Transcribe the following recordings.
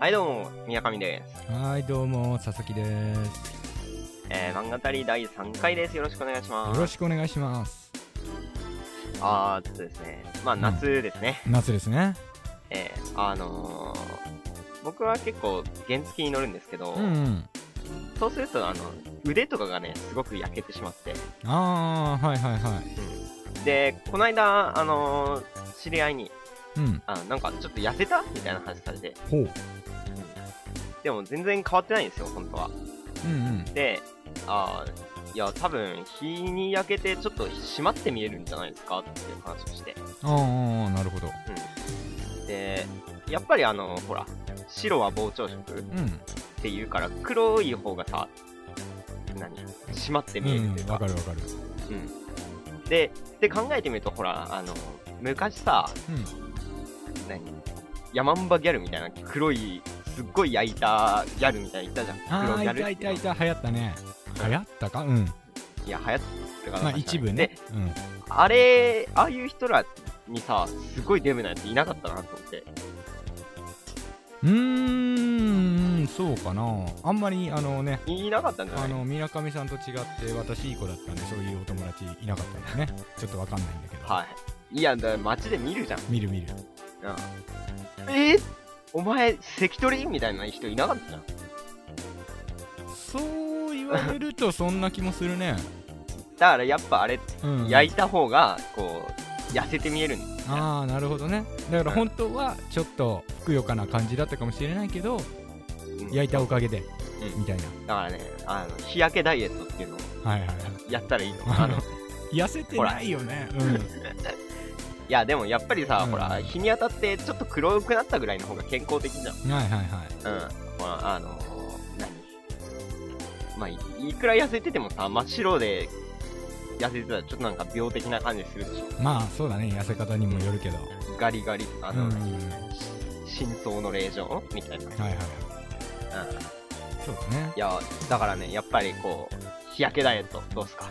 はいどうも、宮上です。はい、どうも、佐々木です。えー、漫画たり第3回です。よろしくお願いしよます。ろしくお願いします。あーっとですね、まあうん夏ですね。夏ですね。えー、あのー、僕は結構原付に乗るんですけど、うん、うん。そうすると、あの、腕とかがね、すごく焼けてしまって。ああ、はいはいはい。で、この間、あのー、知り合いに、うん。あ、なんかちょっと痩せたみたいな話されて、ほう。でも全然変わってないんですよ、本当は。うんうん。で、あーいや、多分、日に焼けてちょっと締まって見えるんじゃないですかっていう話をして。ああ、なるほど。うん。で、やっぱりあの、ほら、白は膨張色っうん。、ていうから、黒い方がさ、何締まって見えるっていううんわかか。るわかる。うん。で、で考えてみると、ほら、あの、昔さ、うん。何ヤマンバギャルみたいな黒い、すっごい焼いたギャルみたいにいたじゃん。あ黒あ、ギャいルったていたういた、流行ったね。流行ったかうん。いや、流行ったから。まあ一部ねで、。うん。あれ、ああいう人らにさ、すごいデブなやついなかったなと思って。うーん、そうかな。あんまり、あのね、いなかったんじゃないあの、みなかみさんと違って、私いい子だったんで、そういうお友達いなかったんでね。ちょっとわかんないんだけど。はい。いや、だから街で見るじゃん。見る見る。うん、えーお前、関取みたいな人いなかったじゃん。そう言われると、そんな気もするね。だからやっぱあれ、うん。焼いた方が、こう、痩せて見えるんだよああなるほどねだからうん本当はちょっとふくよかな感じだったかもしれないけどうん焼いたおかげでうんみたいだからね、あの、日焼けダイエットっていうのをなはいはいはやったら いいの。あの、いい痩せてないよねうんや、でもやっぱりさ、うんほら、日に当たってちょっと黒くなったぐらいの方が健康的じゃん。はいはいはいうん。ほら、あの何まあい、いくら痩せててもさ、真っ白で痩せてたらちょっとなんか病的な感じするでしょ。まあそうだね痩せ方にもよるけどガリガリ、あうんの、うんうん真相の霊場みたいな、はいはいはいうん、いそうだねやだからねやっぱりこう日焼けダイエットどうすか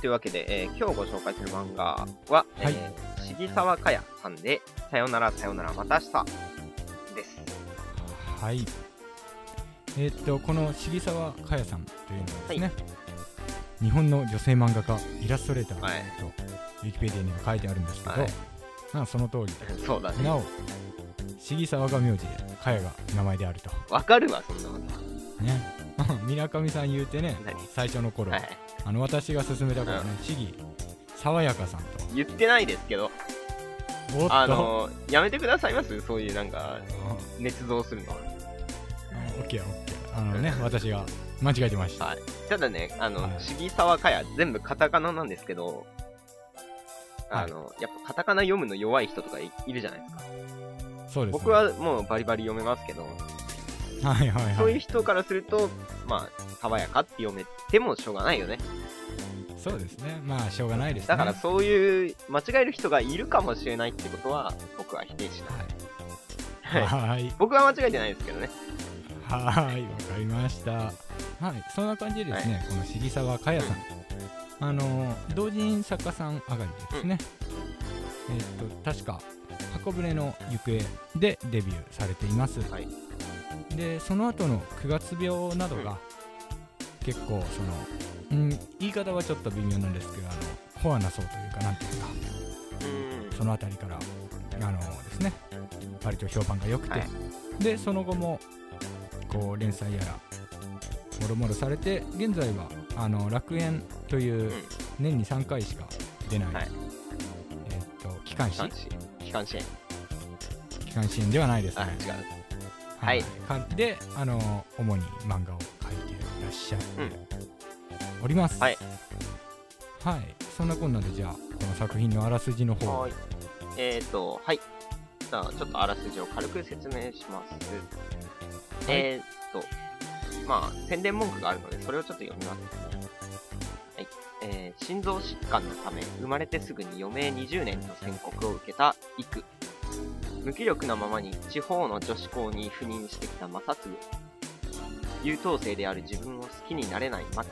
というわけで、えー今日ご紹介する漫画は、はいえー、重沢かやさんで「さよならさよならまた明日」です はいえーっとこの重沢かやさんというのはですね、は日本の女性漫画家イラストレーターはいとウィキペディアには書いてあるんですけど、はいまあその通りでそうだねなお重沢が名字でかやが名前であるとわかるわそんなことはね みなかみさん言うてね何最初の頃、はいあの私が勧めたからね市議爽やかさんと言ってないですけどおっとあのやめてくださいますそういうなんか捏造するのはあオッケーオッケーあのね私が間違えてました、はいただねあの、はい重沢かや全部カタカナなんですけどあの、やっぱカタカナ読むの弱い人とかいいるじゃないですかそうです、ね、僕はもうバリバリ読めますけど、はいはいはいそそういう人からすると、まあ、爽やかって読めてもしょうがないよね。うですねまあしょうがないですねだからそういう間違える人がいるかもしれないってことは、僕は否定しない。はいはい僕は間違えてないですけどね。はいわかりましたはいそんな感じでですね、この重沢かやさん、あの同人作家さん上がりですね、えっと確か「箱舟の行方」でデビューされています、はいでその後の9月病などうんが結構その、うん、言い方はちょっと微妙なんですけどあのコアな層というかなんていうかその辺りからあのですね割と評判が良くて、はい。でその後もこう連載やらもろもろされて現在はあの楽園といううん年に3回しか出ない、はいえっと機関機関誌支機関支援。機関誌ではないですあ、違ねう。はいかであの主に漫画を描いていらっしゃっております、はいはいそんなこんなでじゃあこの作品のあらすじの方はーい。えっ、ー、と、はい。じゃあ、ちょっとあらすじを軽く説明します。はいえっ、ー、と、まあ、宣伝文句があるので、それをちょっと読みますね。はい。えー、心臓疾患のため、生まれてすぐに余命20年の宣告を受けた、イク。無気力なままに地方の女子校に赴任してきた正嗣。優等生である自分を好きになれないマキ。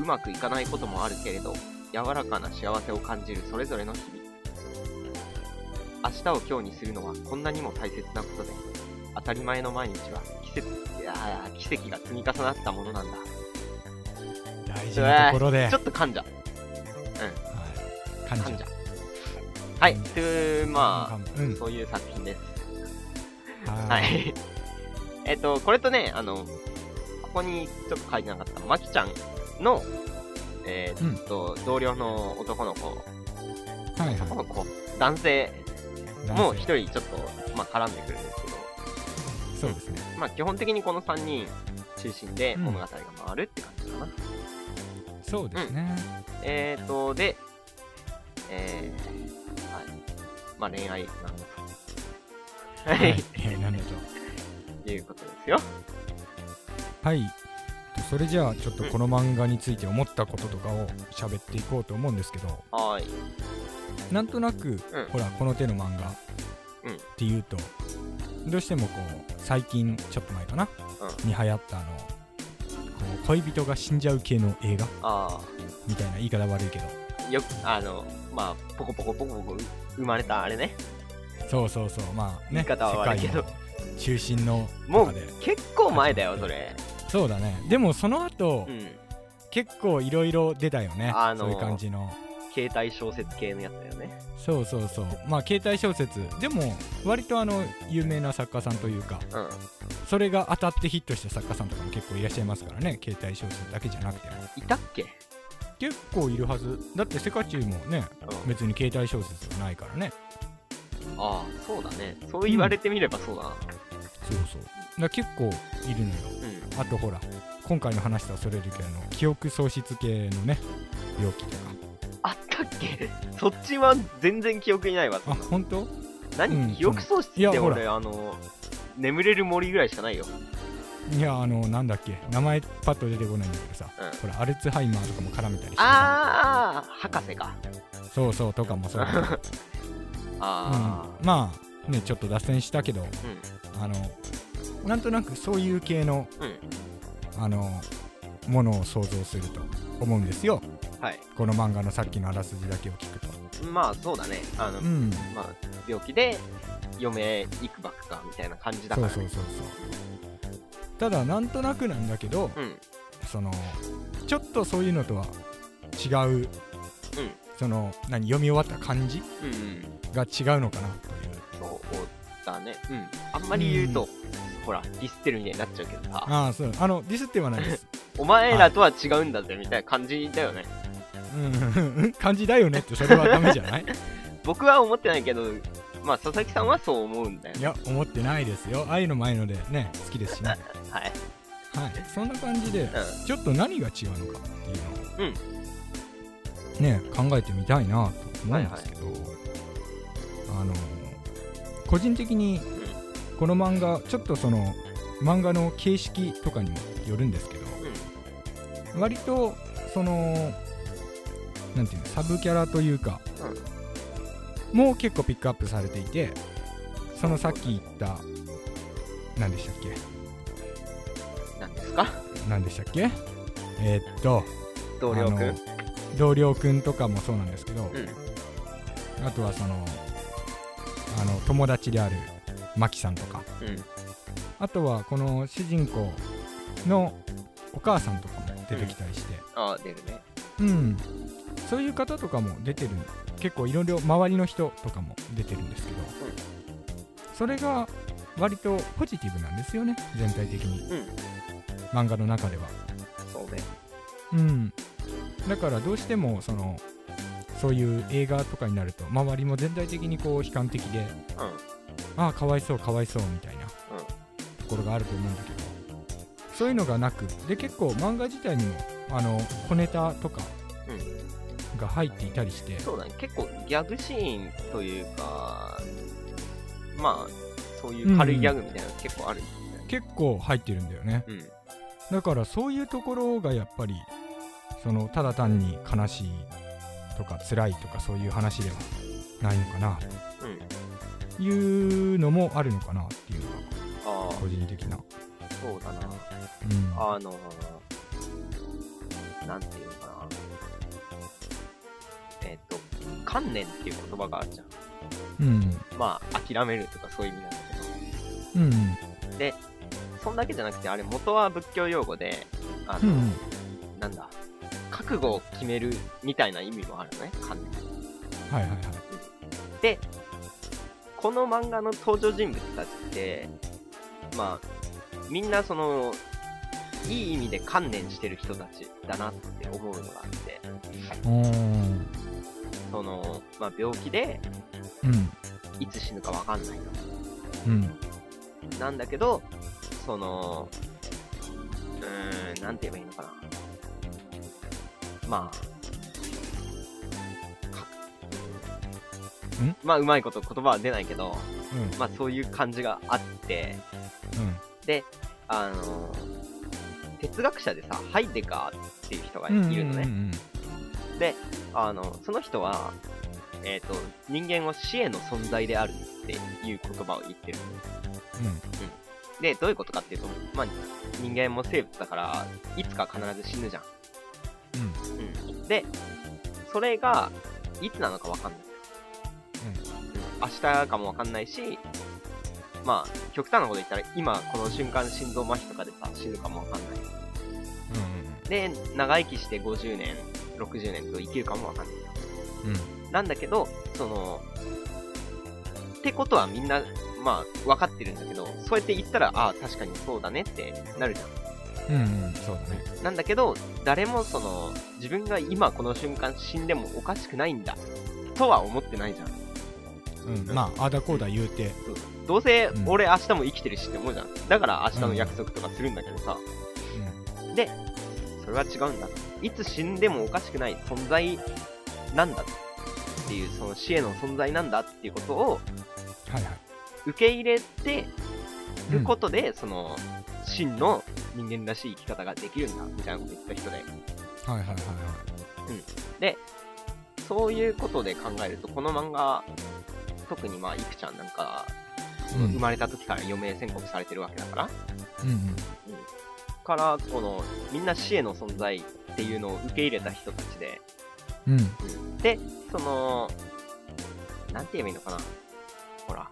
うまくいかないこともあるけれど、柔らかな幸せを感じるそれぞれの日々明日を今日にするのはこんなにも大切なことで当たり前の毎日は奇跡いやー奇跡が積み重なったものなんだ大事なところでちょっと噛んじゃはい噛感んじじゃはいというまあうんあそういう作品ですははいい えっとこれとねあのここにちょっと書いてなかったまきちゃんのえーっと、同僚の男の子はい男のは子男性いもう男性一人ちょっと、まあ、絡んでくるんですけどそうですねまあ基本的にこの3人中心でうん物語が回るって感じかな。そうですねえーと、で、えー、はい。まあ恋愛なんですけど。は。はいいえーなんだとということですよ。はいそれじゃあちょっとこの漫画について思ったこととかを喋っていこうと思うんですけどはーい。なんとなく、うんほらこの手の漫画っうんていうと、どうしてもこう最近ちょっと前かな、うに流行ったあのこう恋人が死んじゃう系の映画あみたいな言い方悪いけどあ、よく、あの、まあ、ポコポコポコポコ生まれたあれね。そうそうそうまあ言いね方は悪いけど世界の中心のも中うで結構前だよ、それ。そうだねでもその後、うん。結構いろいろ出たよね、あのーそういう感じの携帯小説系のやつだよね。そうそうそうまあ携帯小説でも割とあの有名な作家さんというかうん。それが当たってヒットした作家さんとかも結構いらっしゃいますからね携帯小説だけじゃなくてもいたっけ結構いるはずだって世界中もねうん。別に携帯小説がないからねああ、そうだね。そう言われてみればそうだな。そうそうだから結構いるのようん。あとほら今回の話とはそれるけど記憶喪失系のね病気とかあったっけ そっちは全然記憶にないわ。そあんな本当何、うん記憶喪失いやってほら俺、あの、眠れる森ぐらいしかないよ。いやあのなんだっけ名前パッと出てこないんだけどさ、うんほらアルツハイマーとかも絡めたりしてさあー、博士か。そうそうとかもそうだけど、 あうん、まあねちょっと脱線したけどー、うん、あのなんとなくそういう系の、あのものを想像すると思うんですよはい。この漫画のさっきのあらすじだけを聞くとまあ、そうだね。あの、うんまあ、病気で、嫁へ行くばっか、みたいな感じだかそうら。そうそうそうただなんとなくなんだけど、うん、そのちょっとそういうのとは違う、その何読み終わった感じうん、うん。が違うのかなというそうだね。うん。あんまり言うと、ほら、ディスってるみたいになっちゃうけどさ、ああそうあのディスってはないですお前らとは違うんだぜ、みたいな感じだよね。うん 感じだよねってそれはダメじゃない僕は思ってないけど、まあ、佐々木さんはそう思うんだよいね。や思ってないですよ愛の前のでね好きですしねはい。はいそんな感じでうん。ちょっと何が違うのかっていうのを、うんね考えてみたいなと思うんですけど、あの個人的にこの漫画ちょっとその漫画の形式とかにもよるんですけどうん。割とそのなんていうのサブキャラというか、もう結構ピックアップされていてそのさっき言った何でしたっけなんですか何でしたっけえーっと同僚くんあの同僚くんとかもそうなんですけど、うんあとはそのあの友達であるマキさんとかうんあとはこの主人公のお母さんとかも出てきたりして、あ出るねうんそういう方とかも出てる結構いろいろ周りの人とかも出てるんですけど、それが割とポジティブなんですよね全体的にうん漫画の中ではそうねうん、だからどうしてもそのそういう映画とかになると周りも全体的にこう悲観的でああかわいそうかわいそうみたいなとうんころがあると思うんだけどそういうのがなくで結構漫画自体にもあの小ネタとかうんうんが入っていたりしてそうだね結構ギャグシーンというかまあそういう軽いギャグみたいなの結構あるんだよね結構入ってるんだよねうんだからそういうところがやっぱりそのただ単に悲しいとか辛いとかそういう話ではないのかなうんというのもあるのかなっていうのがあ個人的な、あそうだなうん、あのー、なんていうのかなえっと観念っていう言葉があるじゃんうんまあ諦めるとかそういう意味なんだけどうんで、そんだけじゃなくて、あれ元は仏教用語で、あうの、んなんだ、覚悟を決めるみたいな意味もあるのね、漢字。はいはいはいで、この漫画の登場人物たちって、まあ、みんなその、いい意味で観念してる人たちだなって思うのがあって、おーその、まあ病気でうんいつ死ぬかわかんないの。うんなんだけど、その、うーん、なんて言えばいいのかな。まあ、かんまあ、うまいこと言葉は出ないけど、うんまあ、そういう感じがあって、うんで、あの、哲学者でさ、ハイデガーっていう人がいうんるのうね。んあの、その人は、えっ、と、人間を死への存在であるっていう言葉を言ってる。で、どういうことかっていうと、まあ、人間も生物だから、いつか必ず死ぬじゃん。うんうんうん。で、それが、いつなのかわかんない。うん明日かもわかんないし、まあ、極端なこと言ったら、今、この瞬間、心臓麻痺とかでさ、死ぬかもわかんない。で、長生きして50年、60年と生きるかもわかんない。うんうんなんだけど、その、ってことはみんな、まあ、わかってるんだけど、そうやって言ったら、ああ、確かにそうだねってなるじゃん。うんうんうんそうだねなんだけど、誰もその、自分が今この瞬間死んでもおかしくないんだ、とは思ってないじゃん。うんまああーだこうだ言うてどうせうん俺明日も生きてるしって思うじゃん。だから明日の約束とかするんだけどさ、それは違うんだ。いつ死んでもおかしくない存在なんだっていう、その死への存在なんだっていうことをはいはい受け入れてうるんことで、その、真の人間らしい生き方ができるんだ、みたいなこと言った人で。はいはいはいはいそういうことで考えると、この漫画、特にまあ、いくちゃんなんか、うん生まれた時から余命宣告されてるわけだから、うんうんから、この、みんな死への存在っていうのを受け入れた人たちで、うんで、その、なんて言えばいいのかな。ほら。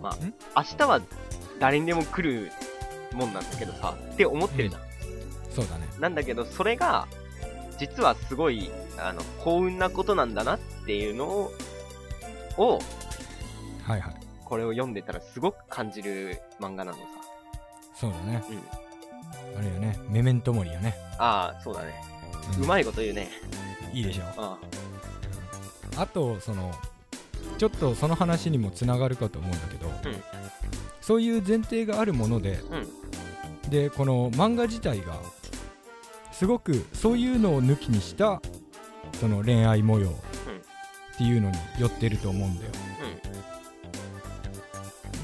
まんあ、明日は誰にでも来るもんなんだけどさ、って思ってるじゃん。そうだねなんだけど、それが、実はすごい、あの、幸運なことなんだなっていうのを、を、はいはいこれを読んでたらすごく感じる漫画なのさ。そうだねうん。あれよねメメントモリよねああ、そうだね。うまいこと言うね。いいいでしょああとそのちょっとその話にもつながるかと思うんだけど、んそういう前提があるものであ、うん。でこの漫画自体がすごくそういうのを抜きにしたその恋愛模様っていうのに寄ってると思うんだよ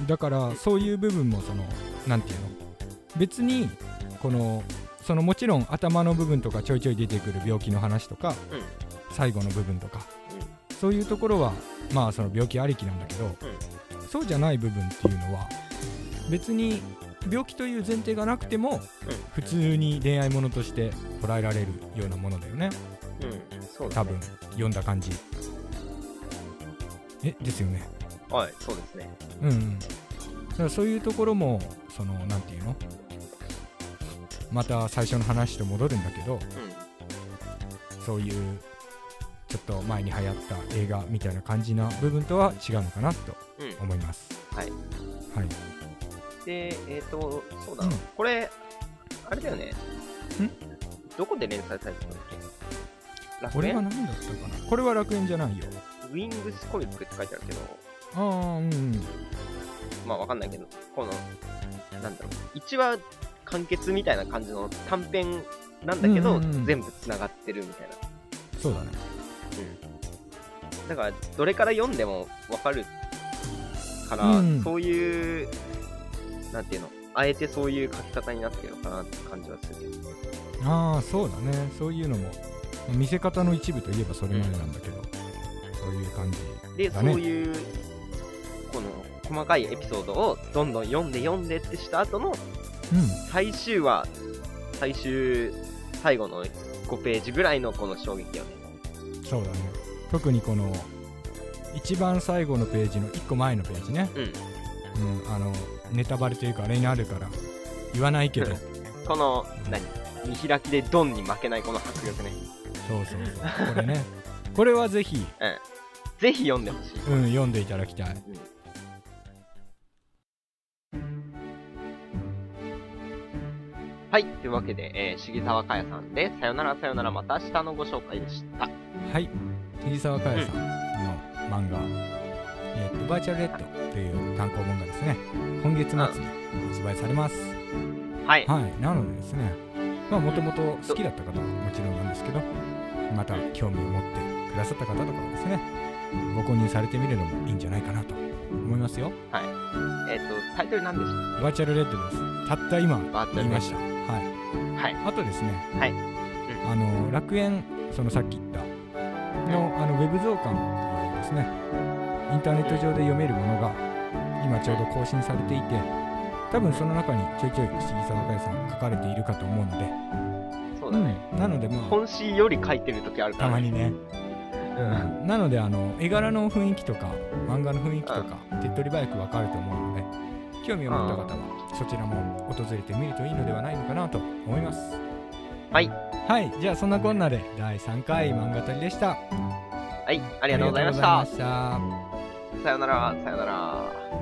だからそういう部分もそのなんていうの別にこのそのもちろん頭の部分とかちょいちょい出てくる病気の話とか、うん最後の部分とかそういうところはまあその病気ありきなんだけど、そうじゃない部分っていうのは別に病気という前提がなくても、普通に恋愛ものとして捉えられるようなものだよねうん。うん。そうだ多ね分。読んだ感じえですよねはい、そうですね。うんうんだからそういうところもそのなんていうのまた最初の話と戻るんだけどうん。そういうちょっと前に流行った映画みたいな感じな部分とは違うのかなとうん、思いますはいはいで、えっ、と、そうだな、うんこれ、あれだよね。どこで連載されてたんだっけ楽これは園何だったかなこれは楽園じゃないよウィングスコミックって書いてあるけど、ああうんうんまあわかんないけど、この、なんだろう、1話完結みたいな感じの短編なんだけど、うんうんうん全部繋がってるみたいな。そうだねだから、どれから読んでもわかるから、うんそういう、なんていうの、あえてそういう書き方になってるのかなって感じはするよ。ああそうだねそういうのも見せ方の一部といえばそれまでなんだけど、そういう感じで、だねそういう、この、細かいエピソードをどんどん読んで読んでってした後のうん最終話、最終、最後の5ページぐらいのこの衝撃よね。そうだね特にこの一番最後のページの1個前のページね、うん。うん、うん、あのネタバレというかあれになるから言わないけどこの、何見開きでドンに負けないこの迫力ね。そうそうそうこれねこれはぜひ、ぜひ読んでほしい。うん、読んでいただきたいはい、というわけで、えー、重沢かやさんで、さよならさよならまた明日のご紹介でした。はい桐沢佳代さんの漫画、えーとバーチャルレッド」という単行本がですね今月末に発売されます、はい、はいなのでですねまあもともと好きだった方はもちろんなんですけどまた興味を持ってくださった方とかはですねご購入されてみるのもいいんじゃないかなと思いますよえっ、と、タイトル何でしバーチャルレッドですたった今たバーチャ言いルましたはいはい。あとですね、はいあの楽園そのさっき言ったのあのウェブ増刊ですねインターネット上で読めるものが今ちょうど更新されていて多分その中にちょいちょい杉沢佳代さん書かれているかと思うので、そうだね。なのでまあ本誌より書いてる時あるかたら、まね。にねうん。なのであの絵柄の雰囲気とか漫画の雰囲気とか手っ取り早くわかると思うので興味を持った方はそちらも訪れてみるといいのではないのかなと思いますはいはいじゃあそんなこんなで第3回漫画旅でしたあはい、ありがとうございました。りがとうございましたさよなら、さよなら。